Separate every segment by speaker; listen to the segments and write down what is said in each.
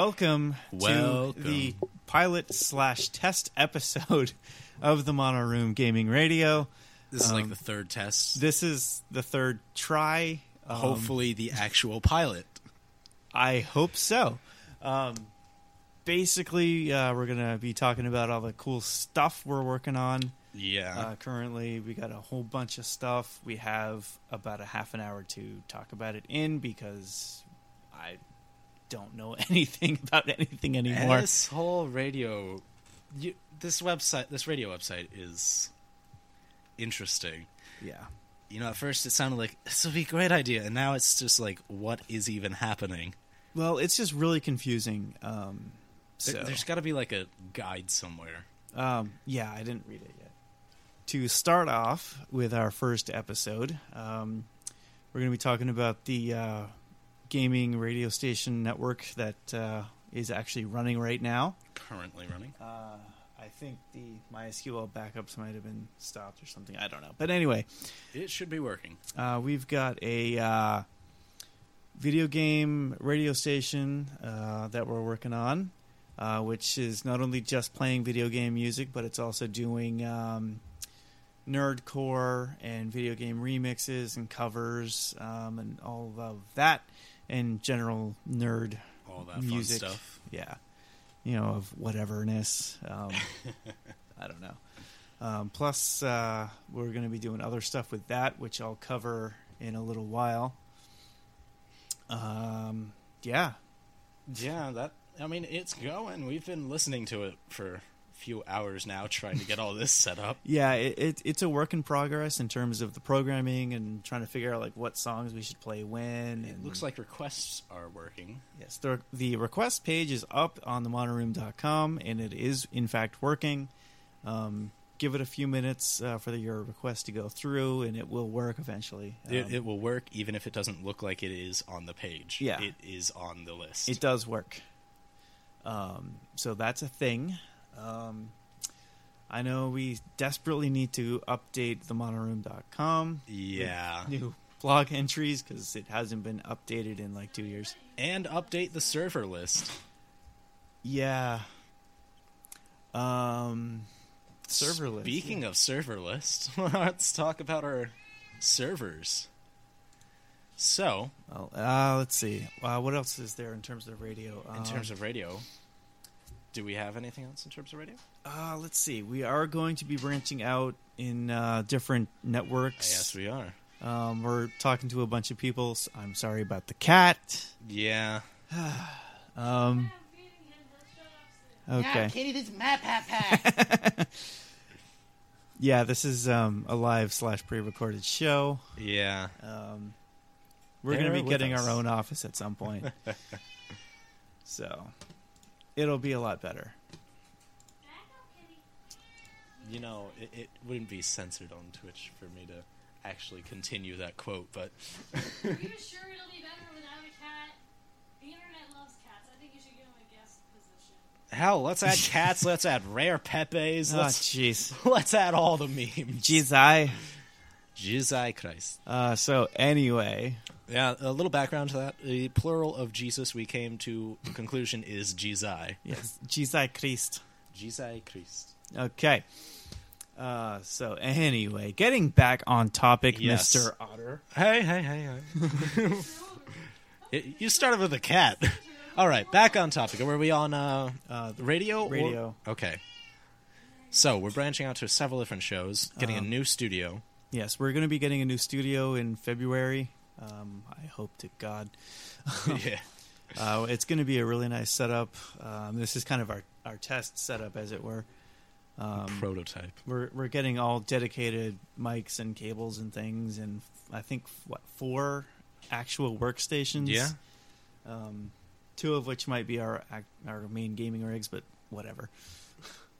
Speaker 1: Welcome, to
Speaker 2: Welcome.
Speaker 1: the pilot slash test episode of the Mono Room Gaming Radio.
Speaker 2: This is like
Speaker 1: Um,
Speaker 2: the third test.
Speaker 1: This is the third try. Um,
Speaker 2: Hopefully, the actual pilot.
Speaker 1: I hope so. Um, basically, uh, we're gonna be talking about all the cool stuff we're working on
Speaker 2: Yeah.
Speaker 1: uh, currently. We got a whole bunch of stuff. We have about a half an hour to talk about it in because I don't know anything about anything anymore.
Speaker 2: this whole radio, you, this website, this radio website is interesting.
Speaker 1: Yeah.
Speaker 2: You know, at first it sounded like this would be a great idea, and now it's just like, what is even happening?
Speaker 1: Well, it's just really confusing. Um, so,
Speaker 2: There, There's got to be like a guide somewhere.
Speaker 1: um, yeah, I didn't read it yet. To start off with our first episode, um, we're going to be talking about the uh, gaming radio station network that uh, is actually running right now.
Speaker 2: Currently running.
Speaker 1: Uh, I think the MySQL backups might have been stopped or something. I don't know. But anyway,
Speaker 2: It should be working.
Speaker 1: uh, we've got a uh, video game radio station uh, that we're working on, uh, which is not only just playing video game music, but it's also doing um, nerdcore and video game remixes and covers um, and all of that and general nerd,
Speaker 2: All that
Speaker 1: Music.
Speaker 2: fun stuff.
Speaker 1: yeah, you know, of whateverness. Um, I don't know. Um, plus, uh, we're going to be doing other stuff with that, which I'll cover in a little while. Um, yeah,
Speaker 2: Yeah, that. I mean, it's going. We've been listening to it for a few hours now, trying to get all this set up.
Speaker 1: yeah, it, it, it's a work in progress in terms of the programming and trying to figure out like what songs we should play when.
Speaker 2: It
Speaker 1: and-
Speaker 2: looks like requests are working.
Speaker 1: yes, the, the request page is up on themonorom.com, and it is in fact working. Um, give it a few minutes uh, for your request to go through, and it will work eventually.
Speaker 2: it,
Speaker 1: Um,
Speaker 2: it will work even if it doesn't look like it is on the page.
Speaker 1: Yeah.
Speaker 2: It is on the list.
Speaker 1: It does work. Um, so that's a thing. Um, I know we desperately need to update the monoroom.com
Speaker 2: yeah.
Speaker 1: new blog entries because it hasn't been updated in like two years.
Speaker 2: And update the server list.
Speaker 1: Yeah. Um, server list.
Speaker 2: Speaking of server list, let's talk about our servers. So,
Speaker 1: Well, uh, let's see. Uh, what else is there in terms of radio? Um,
Speaker 2: in terms of radio, do we have anything else in terms of radio?
Speaker 1: uh, let's see. We are going to be branching out in uh, different networks.
Speaker 2: Yes, we are.
Speaker 1: Um, we're talking to a bunch of people. s I'm sorry about the cat.
Speaker 2: Yeah.
Speaker 1: Um,
Speaker 3: Yeah,
Speaker 1: okay.
Speaker 3: kitty, this is my pat pat.
Speaker 1: Yeah, this is um, a live slash pre recorded show.
Speaker 2: Yeah.
Speaker 1: Um, we're
Speaker 2: Bear
Speaker 1: going to be
Speaker 2: with
Speaker 1: getting
Speaker 2: us.
Speaker 1: our own office at some point. so it'll be a lot better.
Speaker 2: You know, it, it wouldn't be censored on Twitch for me to actually continue that quote, but
Speaker 4: Are you sure it'll be better without a cat? The internet loves cats. I think you should give them a guest position.
Speaker 2: Hell, let's add cats. let's add rare pepes.
Speaker 1: Oh,
Speaker 2: Let's,
Speaker 1: jeez.
Speaker 2: let's add all the memes.
Speaker 1: Jeez, I.
Speaker 2: Jesus Christ.
Speaker 1: Uh, so, anyway,
Speaker 2: Yeah, a little background to that. The plural of Jesus we came to the conclusion is Jesus.
Speaker 1: yes, jeez, I creased.
Speaker 2: Jesus Christ.
Speaker 1: Okay. Uh, so, anyway, getting back on topic,
Speaker 2: Yes.
Speaker 1: Mr. Otter.
Speaker 2: Hey, hey, hey, hey. Y- you started with a cat. All right, back on topic. Were we on uh,
Speaker 1: Uh,
Speaker 2: the radio? or-
Speaker 1: Radio.
Speaker 2: Okay. So we're branching out to several different shows, getting a new studio.
Speaker 1: Yes, we're going to be getting a new studio in February. Um, I hope to God.
Speaker 2: yeah.
Speaker 1: Uh, it's going to be a really nice setup. Um, this is kind of our, our test setup, as it were.
Speaker 2: Um, Prototype.
Speaker 1: We're, we're getting all dedicated mics and cables and things, and I think, what, four actual workstations?
Speaker 2: Yeah.
Speaker 1: Um, two of which might be our, ac- our main gaming rigs, but whatever.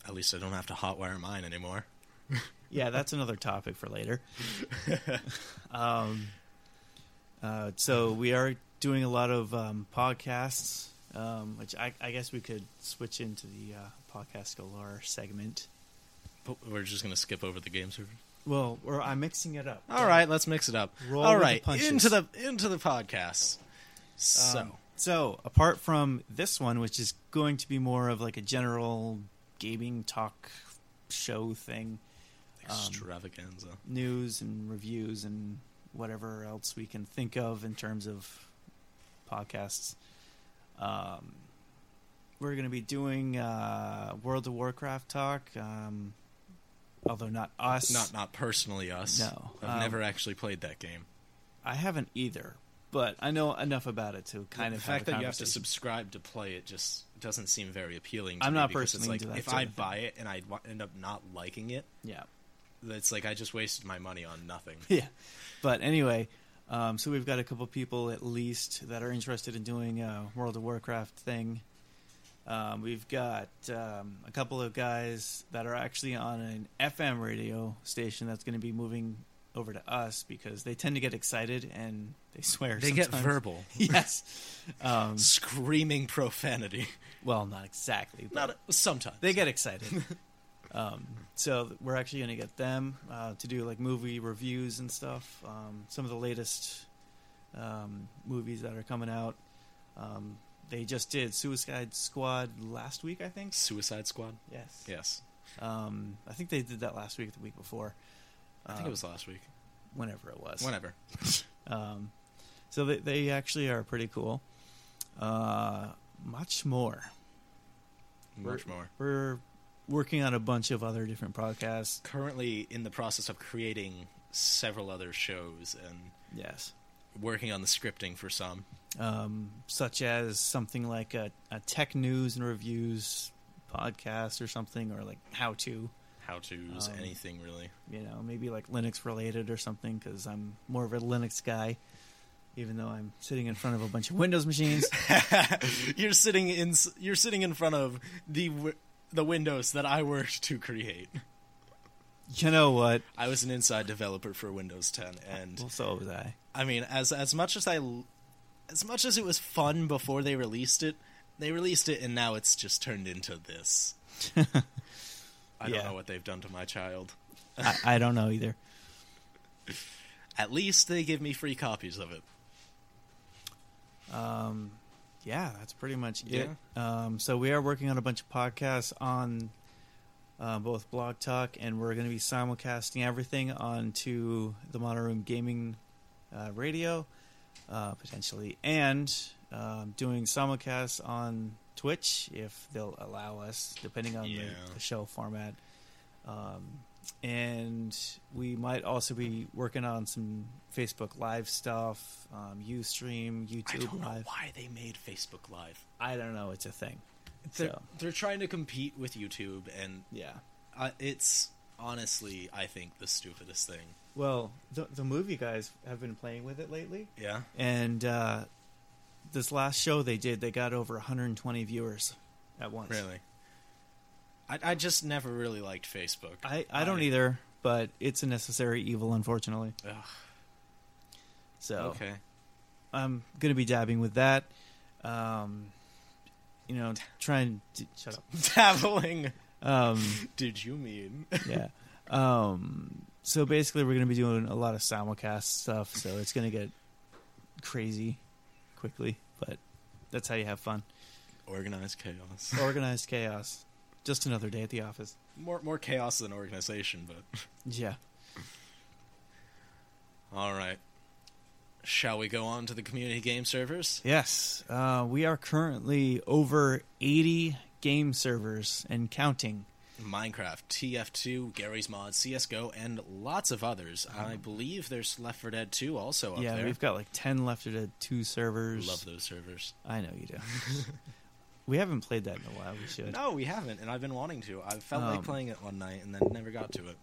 Speaker 2: At least I don't have to hotwire mine anymore.
Speaker 1: Yeah, that's another topic for later. um, uh, so we are doing a lot of um, podcasts, um, which I, I guess we could switch into the uh, podcast galore segment.
Speaker 2: But we're just gonna skip over the game server.
Speaker 1: Well, or I'm mixing it up.
Speaker 2: All right, let's mix it up.
Speaker 1: Roll
Speaker 2: All
Speaker 1: with the
Speaker 2: right,
Speaker 1: punches.
Speaker 2: into the into the podcast. So
Speaker 1: Um, So, apart from this one, which is going to be more of like a general gaming talk show thing,
Speaker 2: Extravaganza.
Speaker 1: um, news and reviews and whatever else we can think of in terms of podcasts. Um, we're going to be doing uh, World of Warcraft talk, um, although not us.
Speaker 2: Not not personally us.
Speaker 1: No.
Speaker 2: I've
Speaker 1: Um,
Speaker 2: never actually played that game.
Speaker 1: I haven't either, but I know enough about it to kind
Speaker 2: the
Speaker 1: of.
Speaker 2: fact
Speaker 1: have a
Speaker 2: that you have to
Speaker 1: conversation.
Speaker 2: subscribe to play it just doesn't seem very appealing. to
Speaker 1: I'm
Speaker 2: me
Speaker 1: not
Speaker 2: because
Speaker 1: personally
Speaker 2: it's
Speaker 1: into
Speaker 2: like
Speaker 1: that
Speaker 2: if
Speaker 1: sort
Speaker 2: I
Speaker 1: of thing.
Speaker 2: buy it and I end up not liking it,
Speaker 1: Yeah.
Speaker 2: it's like I just wasted my money on nothing.
Speaker 1: yeah. But anyway, um, so we've got a couple people at least that are interested in doing a World of Warcraft thing. Um, we've got um, a couple of guys that are actually on an FM radio station that's going to be moving over to us because they tend to get excited and they swear.
Speaker 2: They get
Speaker 1: sometimes.
Speaker 2: verbal,
Speaker 1: yes. Um,
Speaker 2: screaming profanity.
Speaker 1: well, not exactly. but-
Speaker 2: Not sometimes.
Speaker 1: they get excited. um, so we're actually going to get them uh, to do like movie reviews and stuff. Um, some of the latest um, movies that are coming out. Um, they just did Suicide Squad last week, I think.
Speaker 2: Suicide Squad.
Speaker 1: Yes.
Speaker 2: Yes,
Speaker 1: Um, I think they did that last week, or the week before.
Speaker 2: I think
Speaker 1: Um,
Speaker 2: it was last week.
Speaker 1: whenever it was.
Speaker 2: Whenever.
Speaker 1: Um, so they, they actually are pretty cool. Uh, much more.
Speaker 2: Much more.
Speaker 1: We're working on a bunch of other different podcasts.
Speaker 2: Currently in the process of creating several other shows and
Speaker 1: Yes.
Speaker 2: working on the scripting for some.
Speaker 1: um, such as something like a, a tech news and reviews podcast or something, or like how to,
Speaker 2: How tos,
Speaker 1: Um,
Speaker 2: anything really.
Speaker 1: you know, maybe like Linux related or something, because I'm more of a Linux guy, even though I'm sitting in front of a bunch of Windows machines.
Speaker 2: you're sitting in you're sitting in front of the w- the windows that I worked to create.
Speaker 1: you know what?
Speaker 2: I was an inside developer for Windows 10 and
Speaker 1: Well, so was I.
Speaker 2: I mean as as much as I l- as much as it was fun before they released it, they released it and now it's just turned into this. I
Speaker 1: Yeah.
Speaker 2: don't know what they've done to my child.
Speaker 1: I, I don't know either.
Speaker 2: At least they give me free copies of it.
Speaker 1: Um, yeah, that's pretty much it.
Speaker 2: Yeah.
Speaker 1: Um, so we are working on a bunch of podcasts on uh, both Blog Talk, and we're going to be simulcasting everything onto the Mono Room Gaming uh, Radio, uh, potentially, and um, doing simulcasts on Twitch if they'll allow us, depending on
Speaker 2: Yeah.
Speaker 1: the, the show format. Um, and we might also be working on some Facebook Live stuff, um, UStream,
Speaker 2: I
Speaker 1: YouTube
Speaker 2: don't know
Speaker 1: Live.
Speaker 2: why they made Facebook Live.
Speaker 1: I don't know. It's a thing.
Speaker 2: They're,
Speaker 1: So
Speaker 2: they're trying to compete with YouTube, and
Speaker 1: yeah.
Speaker 2: uh, it's honestly, I think, the stupidest thing.
Speaker 1: Well, the the movie guys have been playing with it lately,
Speaker 2: Yeah,
Speaker 1: and uh, this last show they did, they got over 120 viewers at once.
Speaker 2: really. I, I just never really liked Facebook.
Speaker 1: I I don't either, but it's a necessary evil, unfortunately.
Speaker 2: Ugh,
Speaker 1: So
Speaker 2: okay,
Speaker 1: I'm gonna be dabbing with that. Um, you know, try and d- shut up.
Speaker 2: dabbling.
Speaker 1: Um,
Speaker 2: Did you mean?
Speaker 1: yeah. Um, so basically, we're going to be doing a lot of simulcast stuff, so it's going to get crazy quickly, but that's how you have fun.
Speaker 2: Organized chaos.
Speaker 1: Organized chaos. Just another day at the office.
Speaker 2: More more chaos than organization, but
Speaker 1: Yeah.
Speaker 2: all right. Shall we go on to the community game servers?
Speaker 1: Yes. Uh, we are currently over 80 game servers and counting.
Speaker 2: Minecraft, TF2, Gary's Mod, CS:GO, and lots of others. I believe there's Left 4 Dead 2 also up
Speaker 1: Mm-hmm. yeah,
Speaker 2: there.
Speaker 1: we've got like 10 left at two servers.
Speaker 2: Love those servers.
Speaker 1: I know you do. we haven't played that in a while. We should.
Speaker 2: No, we haven't, and I've been wanting to. I felt
Speaker 1: Um,
Speaker 2: like playing it one night and then never got to it.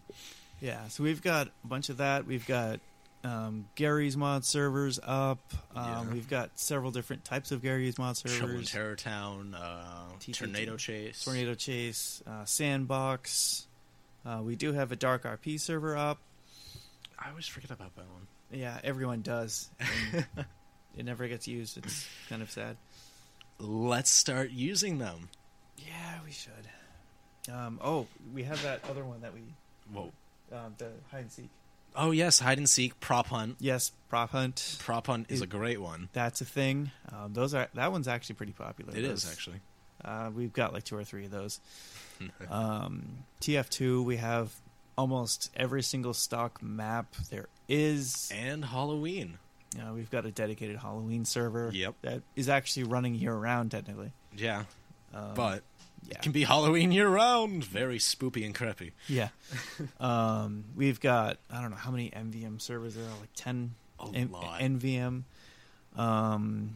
Speaker 1: Yeah, so we've got a bunch of that. We've got um, Gary's mod servers up. Um,
Speaker 2: Yeah.
Speaker 1: We've got several different types of Gary's mod
Speaker 2: Trouble in
Speaker 1: servers.
Speaker 2: Terror Town, uh,
Speaker 1: TTT.
Speaker 2: Tornado Chase,
Speaker 1: Tornado Chase, uh, Sandbox. Uh, we do have a Dark RP server up.
Speaker 2: I always forget about that one.
Speaker 1: Yeah, everyone does. And it never gets used. It's kind of sad.
Speaker 2: Let's start using them.
Speaker 1: Yeah, we should. Um, oh, we have that other one that we
Speaker 2: Whoa.
Speaker 1: um, the hide and seek.
Speaker 2: Oh yes, hide and seek, prop hunt.
Speaker 1: Yes, prop hunt.
Speaker 2: Prop hunt is a great one.
Speaker 1: That's a thing. Um, those are that one's actually pretty popular.
Speaker 2: It is
Speaker 1: Those-
Speaker 2: actually.
Speaker 1: Uh, we've got like two or three of those. um, TF2, we have almost every single stock map there is.
Speaker 2: And Halloween.
Speaker 1: Uh, we've got a dedicated Halloween server.
Speaker 2: Yep.
Speaker 1: That is actually running year round, technically.
Speaker 2: Yeah,
Speaker 1: Um,
Speaker 2: but
Speaker 1: yeah.
Speaker 2: it can be Halloween year round. Very spoopy and creepy.
Speaker 1: Yeah. um, we've got, I don't know how many MVM servers there are, like 10
Speaker 2: A
Speaker 1: N-
Speaker 2: lot.
Speaker 1: NVM. Um,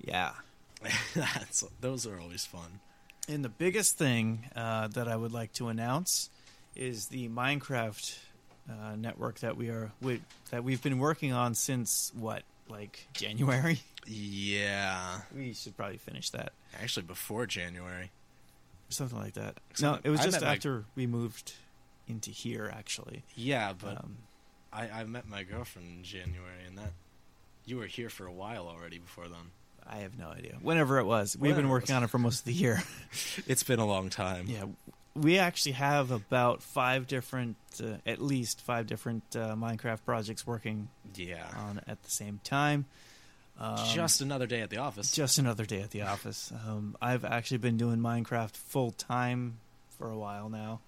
Speaker 1: yeah.
Speaker 2: That's, those are always fun.
Speaker 1: And the biggest thing uh, that I would like to announce is the Minecraft uh, network that we are we, that we've been working on since what, like January.
Speaker 2: Yeah,
Speaker 1: We should probably finish that,
Speaker 2: actually before January.
Speaker 1: something like that. No,
Speaker 2: Something-
Speaker 1: it was
Speaker 2: I
Speaker 1: just
Speaker 2: met my-
Speaker 1: after we moved into here, actually.
Speaker 2: Yeah, but
Speaker 1: um,
Speaker 2: I, I met my girlfriend in January, and that you were here for a while already before then.
Speaker 1: I have no idea. Whenever it was, we've
Speaker 2: Whenever
Speaker 1: been
Speaker 2: it
Speaker 1: working
Speaker 2: was.
Speaker 1: on it for most of the year.
Speaker 2: It's been a long time.
Speaker 1: yeah, we actually have about five different, uh, at least five different uh, Minecraft projects working
Speaker 2: Yeah.
Speaker 1: on at the same time. Um,
Speaker 2: just another day at the office.
Speaker 1: just another day at the office. Um, I've actually been doing Minecraft full time for a while now.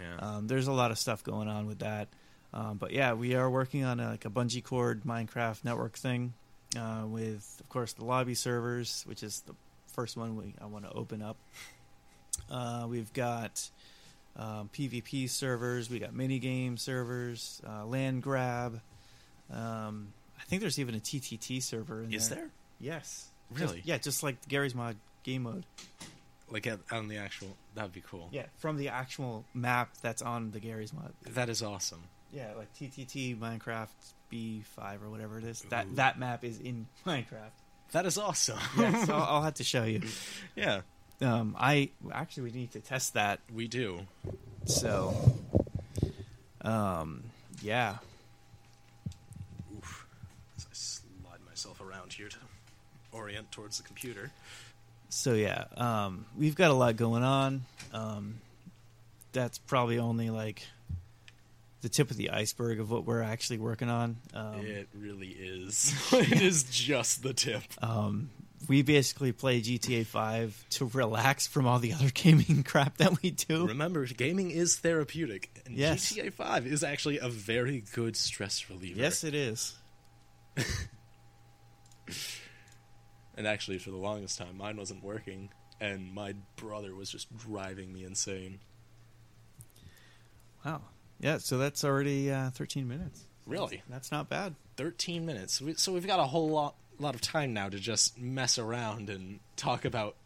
Speaker 2: yeah.
Speaker 1: Um, there's a lot of stuff going on with that, um, but yeah, we are working on a, like a bungee cord Minecraft network thing uh, with, of course, the lobby servers, which is the first one we I want to open up. Uh, we've got um, PvP servers, we got minigame servers, uh, land grab. Um, I think there's even a TTT server. In
Speaker 2: Is
Speaker 1: there?
Speaker 2: there
Speaker 1: Yes.
Speaker 2: really
Speaker 1: Just- yeah, just like Gary's mod game mode.
Speaker 2: like at, on the actual? That'd be cool.
Speaker 1: Yeah, from the actual map that's on the Gary's mod.
Speaker 2: That is awesome.
Speaker 1: Yeah, like TTT Minecraft B5 or whatever it is. That
Speaker 2: Ooh.
Speaker 1: that map is in Minecraft.
Speaker 2: That is awesome.
Speaker 1: Yes, I'll, I'll have to show you.
Speaker 2: yeah,
Speaker 1: Um, I actually we need to test that.
Speaker 2: we do.
Speaker 1: So, um, yeah,
Speaker 2: Oof. As I slide myself around here to orient towards the computer.
Speaker 1: so yeah, um, we've got a lot going on. Um, that's probably only like the tip of the iceberg of what we're actually working on. Um,
Speaker 2: it really is. it is just the tip.
Speaker 1: um, we basically play GTA 5 to relax from all the other gaming crap that we do.
Speaker 2: Um, Remember, gaming is therapeutic, and
Speaker 1: Yes.
Speaker 2: GTA Five is actually a very good stress reliever.
Speaker 1: Yes, it is.
Speaker 2: and actually, for the longest time, mine wasn't working, and my brother was just driving me insane.
Speaker 1: Wow. Yeah, so that's already uh, 13 minutes.
Speaker 2: Really,
Speaker 1: That's not bad.
Speaker 2: 13 minutes. We- So we've got a whole lot, lot of time now to just mess around and talk about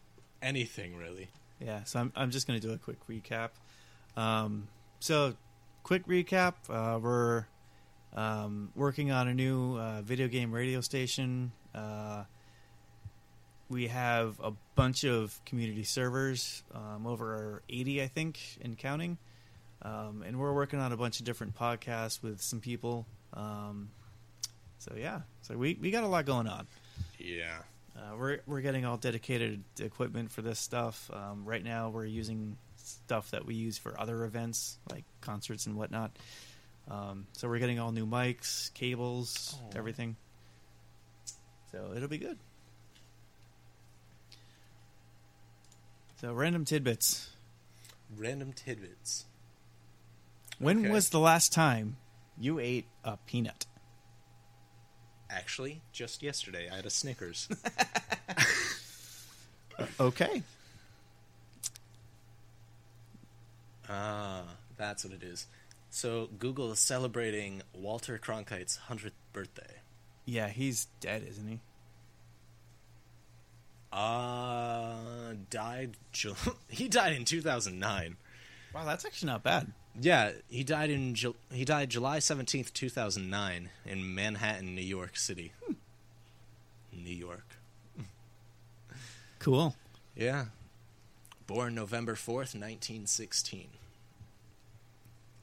Speaker 2: anything, really.
Speaker 1: Yeah, so I'm, I'm just going to do a quick recap. Um, so, quick recap uh, we're um, working on a new uh, video game radio station. Uh, we have a bunch of community servers, um, over 80, I think, and counting. Um, and we're working on a bunch of different podcasts with some people. Um, so, yeah, so we, we got a lot going on.
Speaker 2: Yeah.
Speaker 1: Uh, we're we're getting all dedicated equipment for this stuff. Um, right now, we're using stuff that we use for other events like concerts and whatnot. Um, so we're getting all new mics, cables,
Speaker 2: Oh.
Speaker 1: everything. So it'll be good. So random tidbits.
Speaker 2: Random tidbits.
Speaker 1: When
Speaker 2: Okay.
Speaker 1: was the last time you ate a peanut?
Speaker 2: Actually, just yesterday, I had a Snickers.
Speaker 1: Okay.
Speaker 2: ah, that's what it is. So Google is celebrating Walter Cronkite's 100th birthday.
Speaker 1: Yeah, he's dead, isn't he?
Speaker 2: Uh, died. Ju- he died in 2009.
Speaker 1: Wow, that's actually not bad.
Speaker 2: Yeah, he died in Ju- he died July seventeenth, two thousand nine, in Manhattan, New York City.
Speaker 1: Hmm.
Speaker 2: New York.
Speaker 1: Cool.
Speaker 2: Yeah. Born November fourth, nineteen sixteen.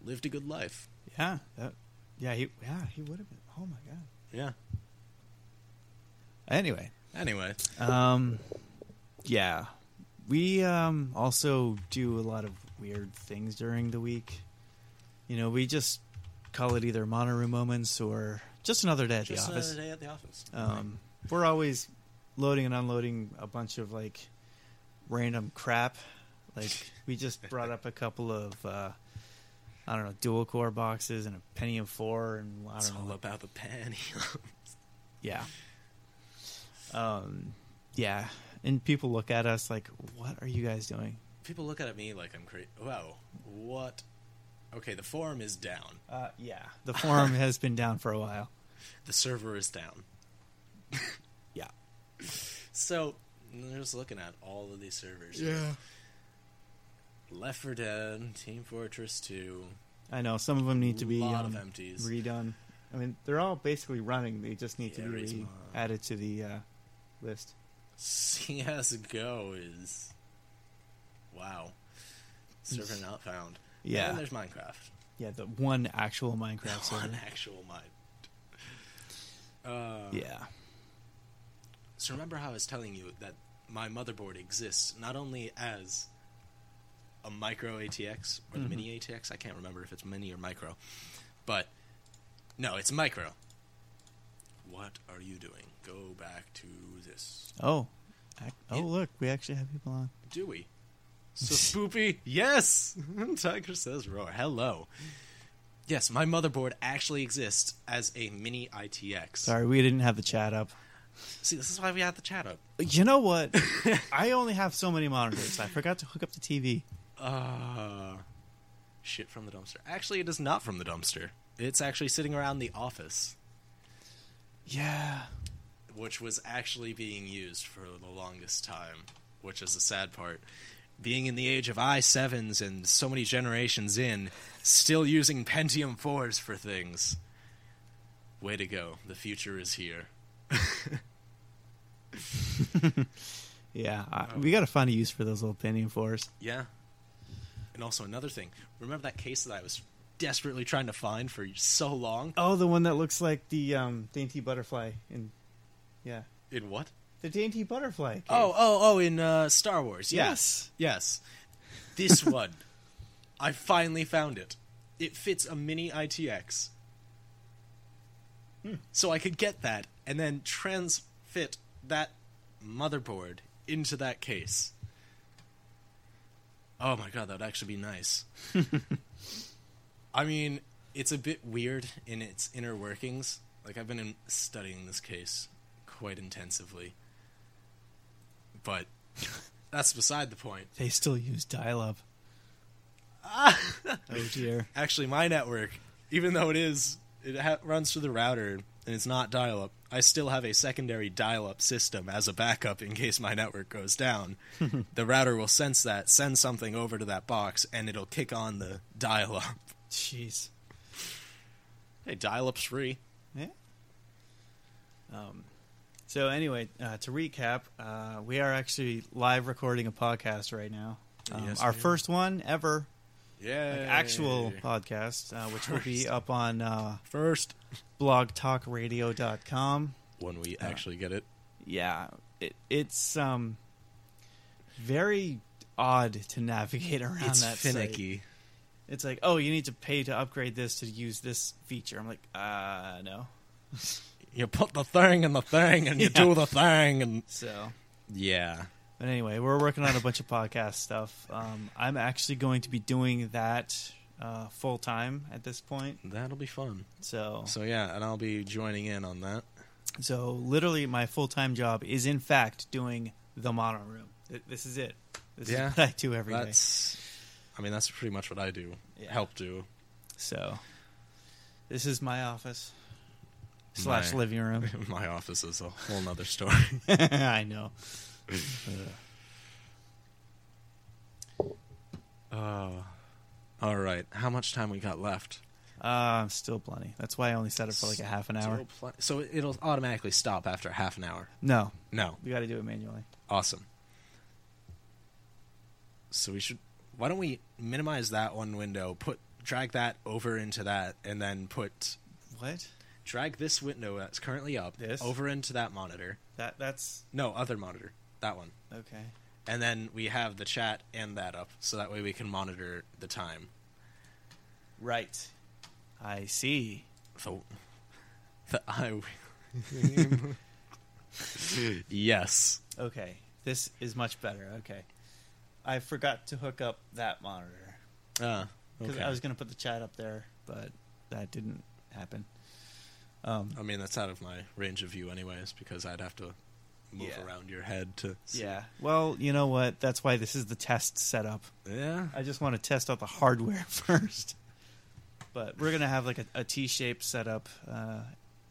Speaker 2: Lived a good life.
Speaker 1: Yeah, that, yeah, he, yeah, he would have been. Oh my god.
Speaker 2: Yeah.
Speaker 1: Anyway,
Speaker 2: Anyway,
Speaker 1: um, yeah, we um also do a lot of weird things during the week. You know, we just call it either Monterey Moments or just another day at
Speaker 2: Just
Speaker 1: the office.
Speaker 2: another day at the office.
Speaker 1: Um, we're always loading and unloading a bunch of like random crap. Like we just brought up a couple of uh, I don't know dual core boxes and a Pentium four and I
Speaker 2: it's
Speaker 1: don't
Speaker 2: all
Speaker 1: know.
Speaker 2: about the penny.
Speaker 1: Yeah. Um, yeah, and people look at us like, "What are you guys doing?"
Speaker 2: People look at me like I'm crazy. Wow, what? Okay, the forum is down.
Speaker 1: Uh, yeah, the forum has been down for a while.
Speaker 2: The server is down.
Speaker 1: Yeah.
Speaker 2: So they're just looking at all of these servers. Left for Dead, Team Fortress Two.
Speaker 1: I know some of them need to be
Speaker 2: lot
Speaker 1: um,
Speaker 2: of empties.
Speaker 1: redone. I mean, they're all basically running. They just need
Speaker 2: Yeah,
Speaker 1: to be
Speaker 2: raise 'em
Speaker 1: re-
Speaker 2: up.
Speaker 1: added to the uh, list.
Speaker 2: CS:GO is wow. Server not found.
Speaker 1: Yeah.
Speaker 2: And there's Minecraft.
Speaker 1: Yeah, the one actual Minecraft server.
Speaker 2: One actual mine. Uh,
Speaker 1: Yeah.
Speaker 2: So remember how I was telling you that my motherboard exists not only as a micro ATX or the mini ATX. I can't remember if it's mini or micro, but no, it's micro. What are you doing? Go back to this.
Speaker 1: Oh. Ac- Oh,
Speaker 2: It-
Speaker 1: look, we actually have people on.
Speaker 2: Do we? So spoopy. Yes. Tiger says roar. Hello. Yes, my motherboard actually exists as a mini ITX.
Speaker 1: Sorry, we didn't have the chat up.
Speaker 2: See, this is why we had the chat up.
Speaker 1: You know what? I only have so many monitors. I forgot to hook up the TV.
Speaker 2: Uh, shit from the dumpster. Actually, it is not from the dumpster. It's actually sitting around the office,
Speaker 1: Yeah.
Speaker 2: which was actually being used for the longest time, which is the sad part. Being in the age of i7s and so many generations in, still using Pentium 4s for things. Way to go. The future is here.
Speaker 1: Yeah. I,
Speaker 2: Um,
Speaker 1: we got to find a use for those little Pentium 4s.
Speaker 2: Yeah. And also another thing. Remember that case that I was desperately trying to find for so long?
Speaker 1: Oh, the one that looks like the um, Dainty Butterfly. In, yeah.
Speaker 2: In what?
Speaker 1: The Dainty Butterfly. case.
Speaker 2: Oh, oh, oh, in uh, Star Wars.
Speaker 1: Yes.
Speaker 2: Yes. Yes. This one. I finally found it. It fits a mini ITX. So I could get that and then transfit that motherboard into that case. Oh my god, that would actually be nice. I mean, it's a bit weird in its inner workings. Like, I've been in- studying this case quite intensively. But that's beside the point.
Speaker 1: They still use dial up. oh, dear.
Speaker 2: Actually, my network, even though it is, it ha- runs through the router and it's not dial up, I still have a secondary dial up system as a backup in case my network goes down. the router will sense that, send something over to that box, and it'll kick on the dial up.
Speaker 1: Jeez.
Speaker 2: Hey, dial up's free.
Speaker 1: Yeah. Um, so anyway, uh, to recap, uh, we are actually live recording a podcast right now. Um,
Speaker 2: Yes,
Speaker 1: our
Speaker 2: we are.
Speaker 1: first one ever,
Speaker 2: Yeah.
Speaker 1: like, actual podcast, uh, which will be
Speaker 2: First.
Speaker 1: up on uh,
Speaker 2: First,
Speaker 1: blogtalkradio.com.
Speaker 2: when we actually get it.
Speaker 1: Yeah, it, it's um, very odd to navigate around
Speaker 2: It's
Speaker 1: that site.
Speaker 2: finicky.
Speaker 1: It's like, oh, you need to pay to upgrade this to use this feature. I'm like, uh, no.
Speaker 2: You put the thing in the thing and you
Speaker 1: Yeah.
Speaker 2: do the thing and.
Speaker 1: So
Speaker 2: Yeah.
Speaker 1: But anyway, we're working on a bunch of podcast stuff. Um, I'm actually going to be doing that uh, full time at this point.
Speaker 2: That'll be fun.
Speaker 1: So,
Speaker 2: So, yeah, and I'll be joining in on that.
Speaker 1: so literally, my full time job is in fact doing the mono room. Th- This is it. This
Speaker 2: Yeah.
Speaker 1: is what I do every day.
Speaker 2: That's, I mean, that's pretty much what I do.
Speaker 1: Yeah.
Speaker 2: Help do.
Speaker 1: So, this is my office slash
Speaker 2: My-
Speaker 1: living room.
Speaker 2: My office is a whole nother story.
Speaker 1: I know. Uh,
Speaker 2: Oh. All right. How much time we got left?
Speaker 1: Uh, still plenty. That's why I only set it for like a half an hour.
Speaker 2: So, pl- so it'll automatically stop after half an hour.
Speaker 1: No,
Speaker 2: No.
Speaker 1: we got to do it manually.
Speaker 2: Awesome. So we should. Why don't we minimize that one window? Put drag that over into that, and then put
Speaker 1: What?
Speaker 2: drag this window that's currently up
Speaker 1: This?
Speaker 2: over into that monitor.
Speaker 1: That that's
Speaker 2: No, other monitor. That one.
Speaker 1: okay.
Speaker 2: and then we have the chat and that up so that way we can monitor the time
Speaker 1: Right. I see.
Speaker 2: The, the I. yes.
Speaker 1: Okay, this is much better. Okay, I forgot to hook up that monitor
Speaker 2: Uh,
Speaker 1: because
Speaker 2: okay.
Speaker 1: I was going to put the chat up there, but that didn't happen. Um,
Speaker 2: I mean, that's out of my range of view, anyways, because I'd have to move
Speaker 1: Yeah.
Speaker 2: around your head to. see-
Speaker 1: yeah. Well, you know what? That's why this is the test setup.
Speaker 2: Yeah.
Speaker 1: I just want to test out the hardware first. But we're gonna have like a, a T-shaped setup uh,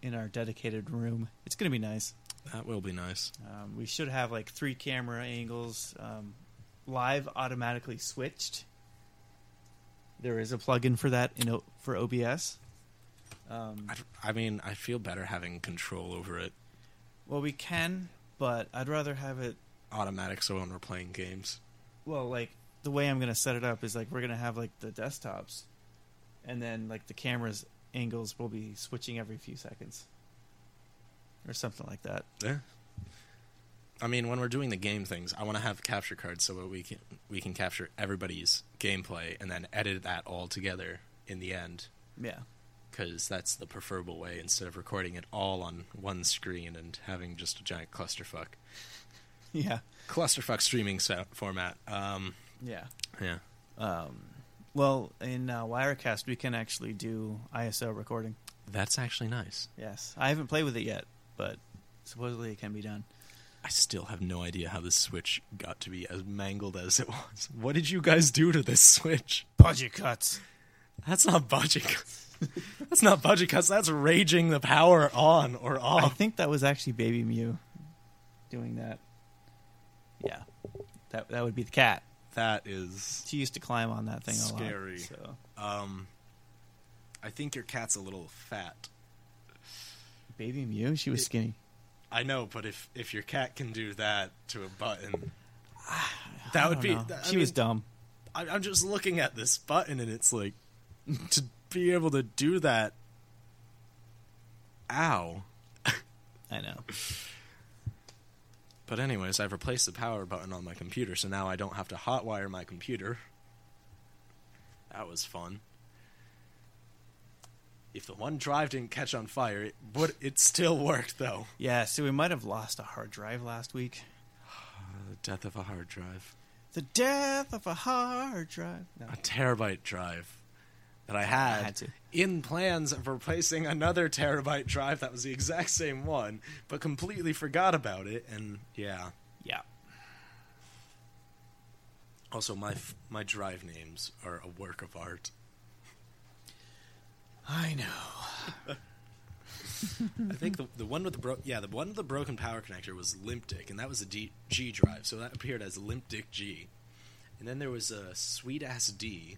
Speaker 1: in our dedicated room. It's gonna be nice.
Speaker 2: That will be nice.
Speaker 1: Um, we should have like three camera angles um, live automatically switched. There is a plugin for that in o- for OBS. Um,
Speaker 2: I, I mean, I feel better having control over it
Speaker 1: well, we can, but I'd rather have it.
Speaker 2: automatic so when we're playing games.
Speaker 1: Well, like the way I'm gonna set it up is like we're gonna have like the desktops, and then like the cameras angles will be switching every few seconds, or something like that.
Speaker 2: Yeah. I mean, when we're doing the game things, I want to have capture cards so that we can we can capture everybody's gameplay and then edit that all together in the end
Speaker 1: Yeah.
Speaker 2: because that's the preferable way instead of recording it all on one screen and having just a giant clusterfuck.
Speaker 1: Yeah.
Speaker 2: Clusterfuck streaming set format. Um,
Speaker 1: Yeah.
Speaker 2: yeah.
Speaker 1: Um, well, in uh, Wirecast, we can actually do ISO recording.
Speaker 2: That's actually nice.
Speaker 1: Yes, I haven't played with it yet, but supposedly it can be done.
Speaker 2: I still have no idea how this Switch got to be as mangled as it was. What did you guys do to this Switch?
Speaker 1: Budget cuts.
Speaker 2: That's not budget cuts. That's not budget cuts. That's raging the power on or
Speaker 1: I
Speaker 2: off.
Speaker 1: think that was actually Baby Mew doing that. Yeah, that that would be the cat.
Speaker 2: That is.
Speaker 1: She used to climb on that thing a lot.
Speaker 2: Scary.
Speaker 1: So
Speaker 2: Um, I think your cat's a little fat.
Speaker 1: Baby Mew, she was skinny.
Speaker 2: I know, but if if your cat can do that to a button, that
Speaker 1: I
Speaker 2: would
Speaker 1: don't
Speaker 2: be.
Speaker 1: know.
Speaker 2: that- I
Speaker 1: she was
Speaker 2: mean,
Speaker 1: dumb.
Speaker 2: I, I'm just looking at this button, and it's like to be able to do that. Ow.
Speaker 1: I know.
Speaker 2: But anyways, I've replaced the power button on my computer, so now I don't have to hotwire my computer. That was fun. If the one drive didn't catch on fire, it would it still worked though.
Speaker 1: Yeah, so we might have lost a hard drive last week.
Speaker 2: The death of a hard drive.
Speaker 1: The death of a hard drive. No.
Speaker 2: A terabyte drive that I
Speaker 1: I
Speaker 2: had,
Speaker 1: had to.
Speaker 2: in plans of replacing another terabyte drive that was the exact same one, but completely forgot about it and yeah.
Speaker 1: Yeah.
Speaker 2: Also my f- my drive names are a work of art.
Speaker 1: I know.
Speaker 2: I think the, the one with the bro- yeah the one with the broken power connector was limp dick and that was a D- G drive so that appeared as limp dick G, and then there was a sweet ass D.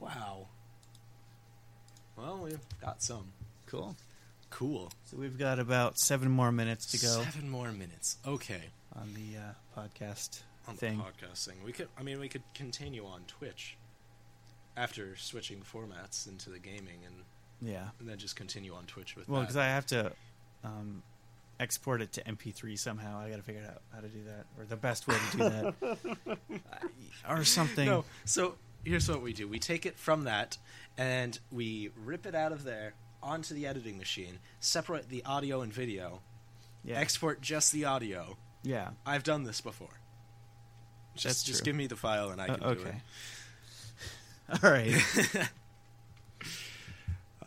Speaker 2: wow. Well, we got some
Speaker 1: Cool.
Speaker 2: cool.
Speaker 1: So we've got about seven more minutes to go
Speaker 2: Seven more minutes. Okay.
Speaker 1: on the uh, podcast
Speaker 2: On the
Speaker 1: thing.
Speaker 2: podcast thing, we could I mean we could continue on Twitch after switching formats into the gaming and,
Speaker 1: Yeah.
Speaker 2: and then just continue on Twitch with
Speaker 1: Well,
Speaker 2: that.
Speaker 1: because I have to um, export it to MP3 somehow. I got to figure out how to do that, or the best way to do that, Uh, or something.
Speaker 2: No. So here's what we do: we take it from that, and we rip it out of there onto the editing machine, separate the audio and video,
Speaker 1: Yeah.
Speaker 2: export just the audio.
Speaker 1: yeah.
Speaker 2: I've done this before. Just,
Speaker 1: That's
Speaker 2: just
Speaker 1: true.
Speaker 2: give me the file and I
Speaker 1: Uh,
Speaker 2: can do
Speaker 1: okay.
Speaker 2: it.
Speaker 1: All right.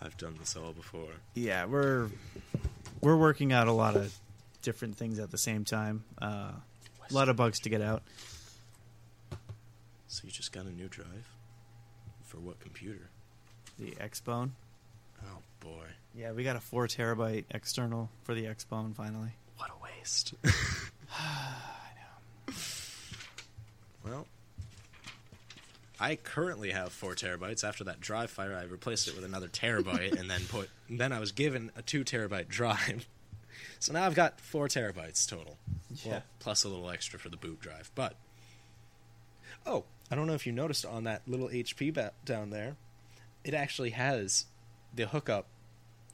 Speaker 2: I've done this all before.
Speaker 1: yeah, we're we're working out a lot of different things at the same time. Uh, a lot of bugs to get out.
Speaker 2: So you just got a new drive? For what computer?
Speaker 1: The Xbone.
Speaker 2: Oh boy,
Speaker 1: Yeah, we got a four terabyte external for the Xbone finally.
Speaker 2: what a waste. Well, I currently have four terabytes. After that drive fire, I replaced it with another terabyte, and then put. and then I was given a two terabyte drive, so now I've got four terabytes total.
Speaker 1: Yeah.
Speaker 2: Well, plus a little extra for the boot drive. But oh, I don't know if you noticed on that little HP ba- down there, it actually has the hookup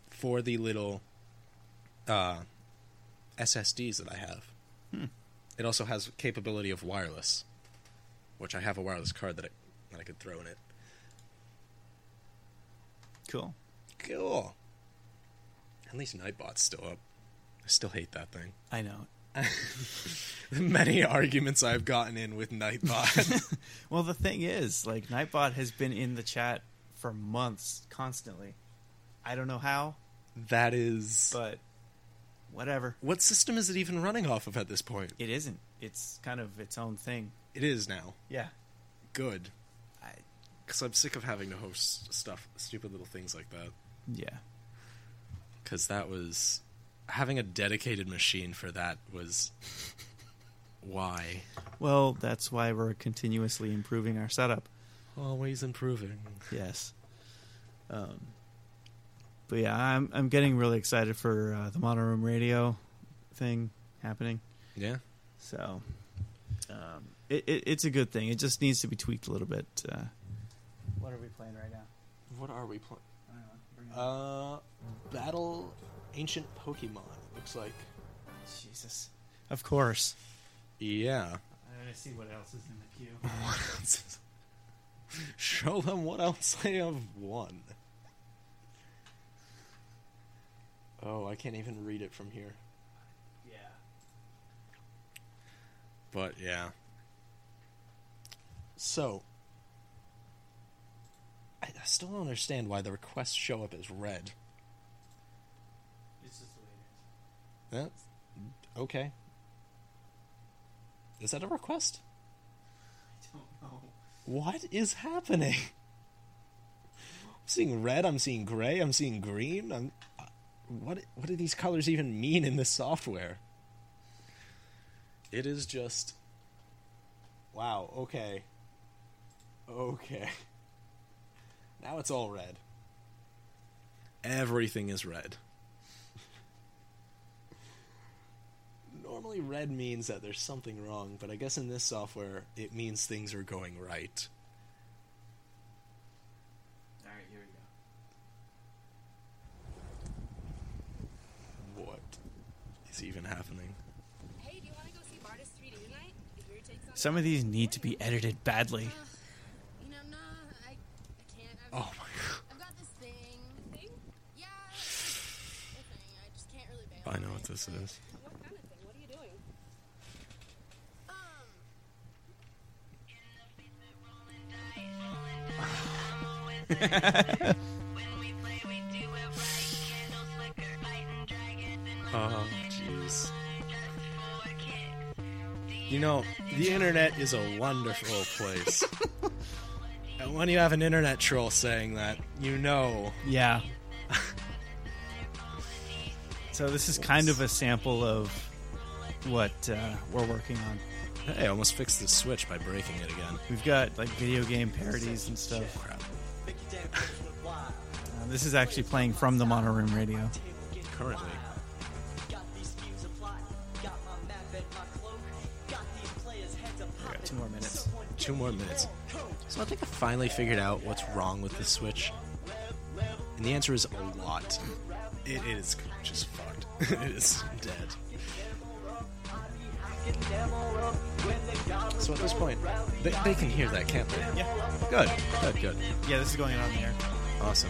Speaker 2: for the little uh, SSDs that I have. It also has capability of wireless, which I have a wireless card that it that I could throw in it.
Speaker 1: Cool.
Speaker 2: Cool. At least Nightbot's still up. I still hate that thing.
Speaker 1: I know.
Speaker 2: The many arguments I've gotten in with Nightbot.
Speaker 1: Well, the thing is, like Nightbot has been in the chat for months constantly. I don't know how,
Speaker 2: that is.
Speaker 1: but whatever.
Speaker 2: what system is it even running off of at this point?
Speaker 1: It isn't. It's kind of its own thing.
Speaker 2: It is now.
Speaker 1: Yeah.
Speaker 2: Good.
Speaker 1: I,
Speaker 2: Because I'm sick of having to host stuff, stupid little things like that.
Speaker 1: yeah.
Speaker 2: Because that was. Having a dedicated machine for that was. Why?
Speaker 1: Well, that's why we're continuously improving our setup.
Speaker 2: Always improving.
Speaker 1: Yes. Um, but yeah, I'm I'm getting really excited for uh, the mono room radio thing happening.
Speaker 2: Yeah.
Speaker 1: So um, it, it it's a good thing. It just needs to be tweaked a little bit. Uh, what are we playing right now?
Speaker 2: What are we playing?
Speaker 1: I don't know. Bring it up.
Speaker 2: Uh, battle ancient Pokemon. It looks like.
Speaker 1: Jesus. Of course.
Speaker 2: Yeah.
Speaker 1: I'm gonna see what else is in the queue.
Speaker 2: What else is- Show them what else I have won. Oh, I can't even read it from here.
Speaker 1: Yeah.
Speaker 2: But yeah. So. I, I still don't understand why the requests show up as red.
Speaker 1: It's just the way it
Speaker 2: That's okay. Is that a request?
Speaker 1: is. I don't know.
Speaker 2: What is happening? I'm seeing red. I'm seeing gray. I'm seeing green. I'm. uh, What What do these colors even mean in this software? It is just. Wow. Okay. Okay. Now it's all red. Everything is red. Normally, red means that there's something wrong, but I guess in this software, it means things are going right.
Speaker 1: All right, here we go.
Speaker 2: What is even happening?
Speaker 3: Hey, do you want to go see Bartis 3D tonight? Get your takes on
Speaker 1: Some
Speaker 3: it.
Speaker 1: of these need to be edited badly.
Speaker 3: Ugh, you know, nah, I, I can't. I've,
Speaker 2: Oh my
Speaker 3: I've got this thing. Thing? Yeah. a thing. I just can't really bail.
Speaker 2: god. I know
Speaker 3: on
Speaker 2: what
Speaker 3: it.
Speaker 2: this is.
Speaker 3: What kind of thing? What are you doing? Um.
Speaker 2: Oh, jeez. You know, the internet is a wonderful place. and when you have an internet troll saying that, you know.
Speaker 1: Yeah. so this is kind of a sample of what uh, we're working on.
Speaker 2: Hey, I almost fixed the switch by breaking it again.
Speaker 1: We've got like video game parodies and stuff.
Speaker 2: Crap.
Speaker 1: Uh, this is actually playing from the Mono Room Radio.
Speaker 2: Currently.
Speaker 1: got two more minutes.
Speaker 2: Two more minutes. So I think I finally figured out what's wrong with this Switch. And the answer is a lot. It is just fucked. it is dead. So at this point, they, they can hear that, can't they?
Speaker 1: Yeah,
Speaker 2: Good, good, good.
Speaker 1: yeah, this is going on there.
Speaker 2: Awesome.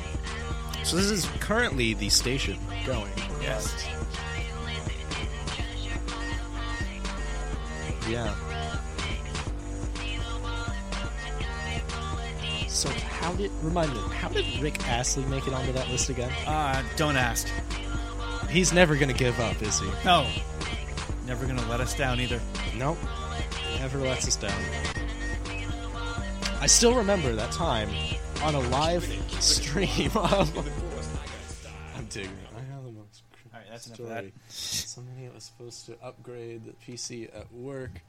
Speaker 2: So this is currently the station going.
Speaker 1: Yes.
Speaker 2: Yeah. So how did remind me? How did Rick Astley make it onto that list again?
Speaker 1: Uh, don't ask.
Speaker 2: He's never gonna give up, is he?
Speaker 1: No. Never gonna let us down either.
Speaker 2: Nope. Never lets us down. I still remember that time on a live stream of. I'm digging it. I have the most. cr-
Speaker 1: All right, that's enough of
Speaker 2: story.
Speaker 1: that.
Speaker 2: Somebody that was supposed to upgrade the PC at work.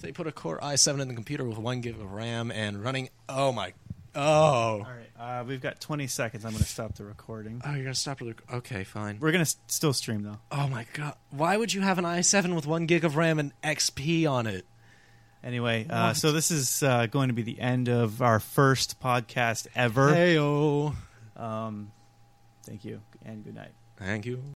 Speaker 2: They put a Core i7 in the computer with one gig of RAM and running. Oh my. Oh.
Speaker 1: All right, uh, we've got 20 seconds. I'm gonna stop the recording.
Speaker 2: Oh, you're gonna stop. the rec- Okay, fine.
Speaker 1: We're gonna s- still stream though,
Speaker 2: Oh my god. Why would you have an i7 with one gig of RAM and XP on it?
Speaker 1: anyway. Uh, so this is uh, going to be the end of our first podcast ever.
Speaker 2: Heyo.
Speaker 1: Um, thank you and good night.
Speaker 2: Thank you.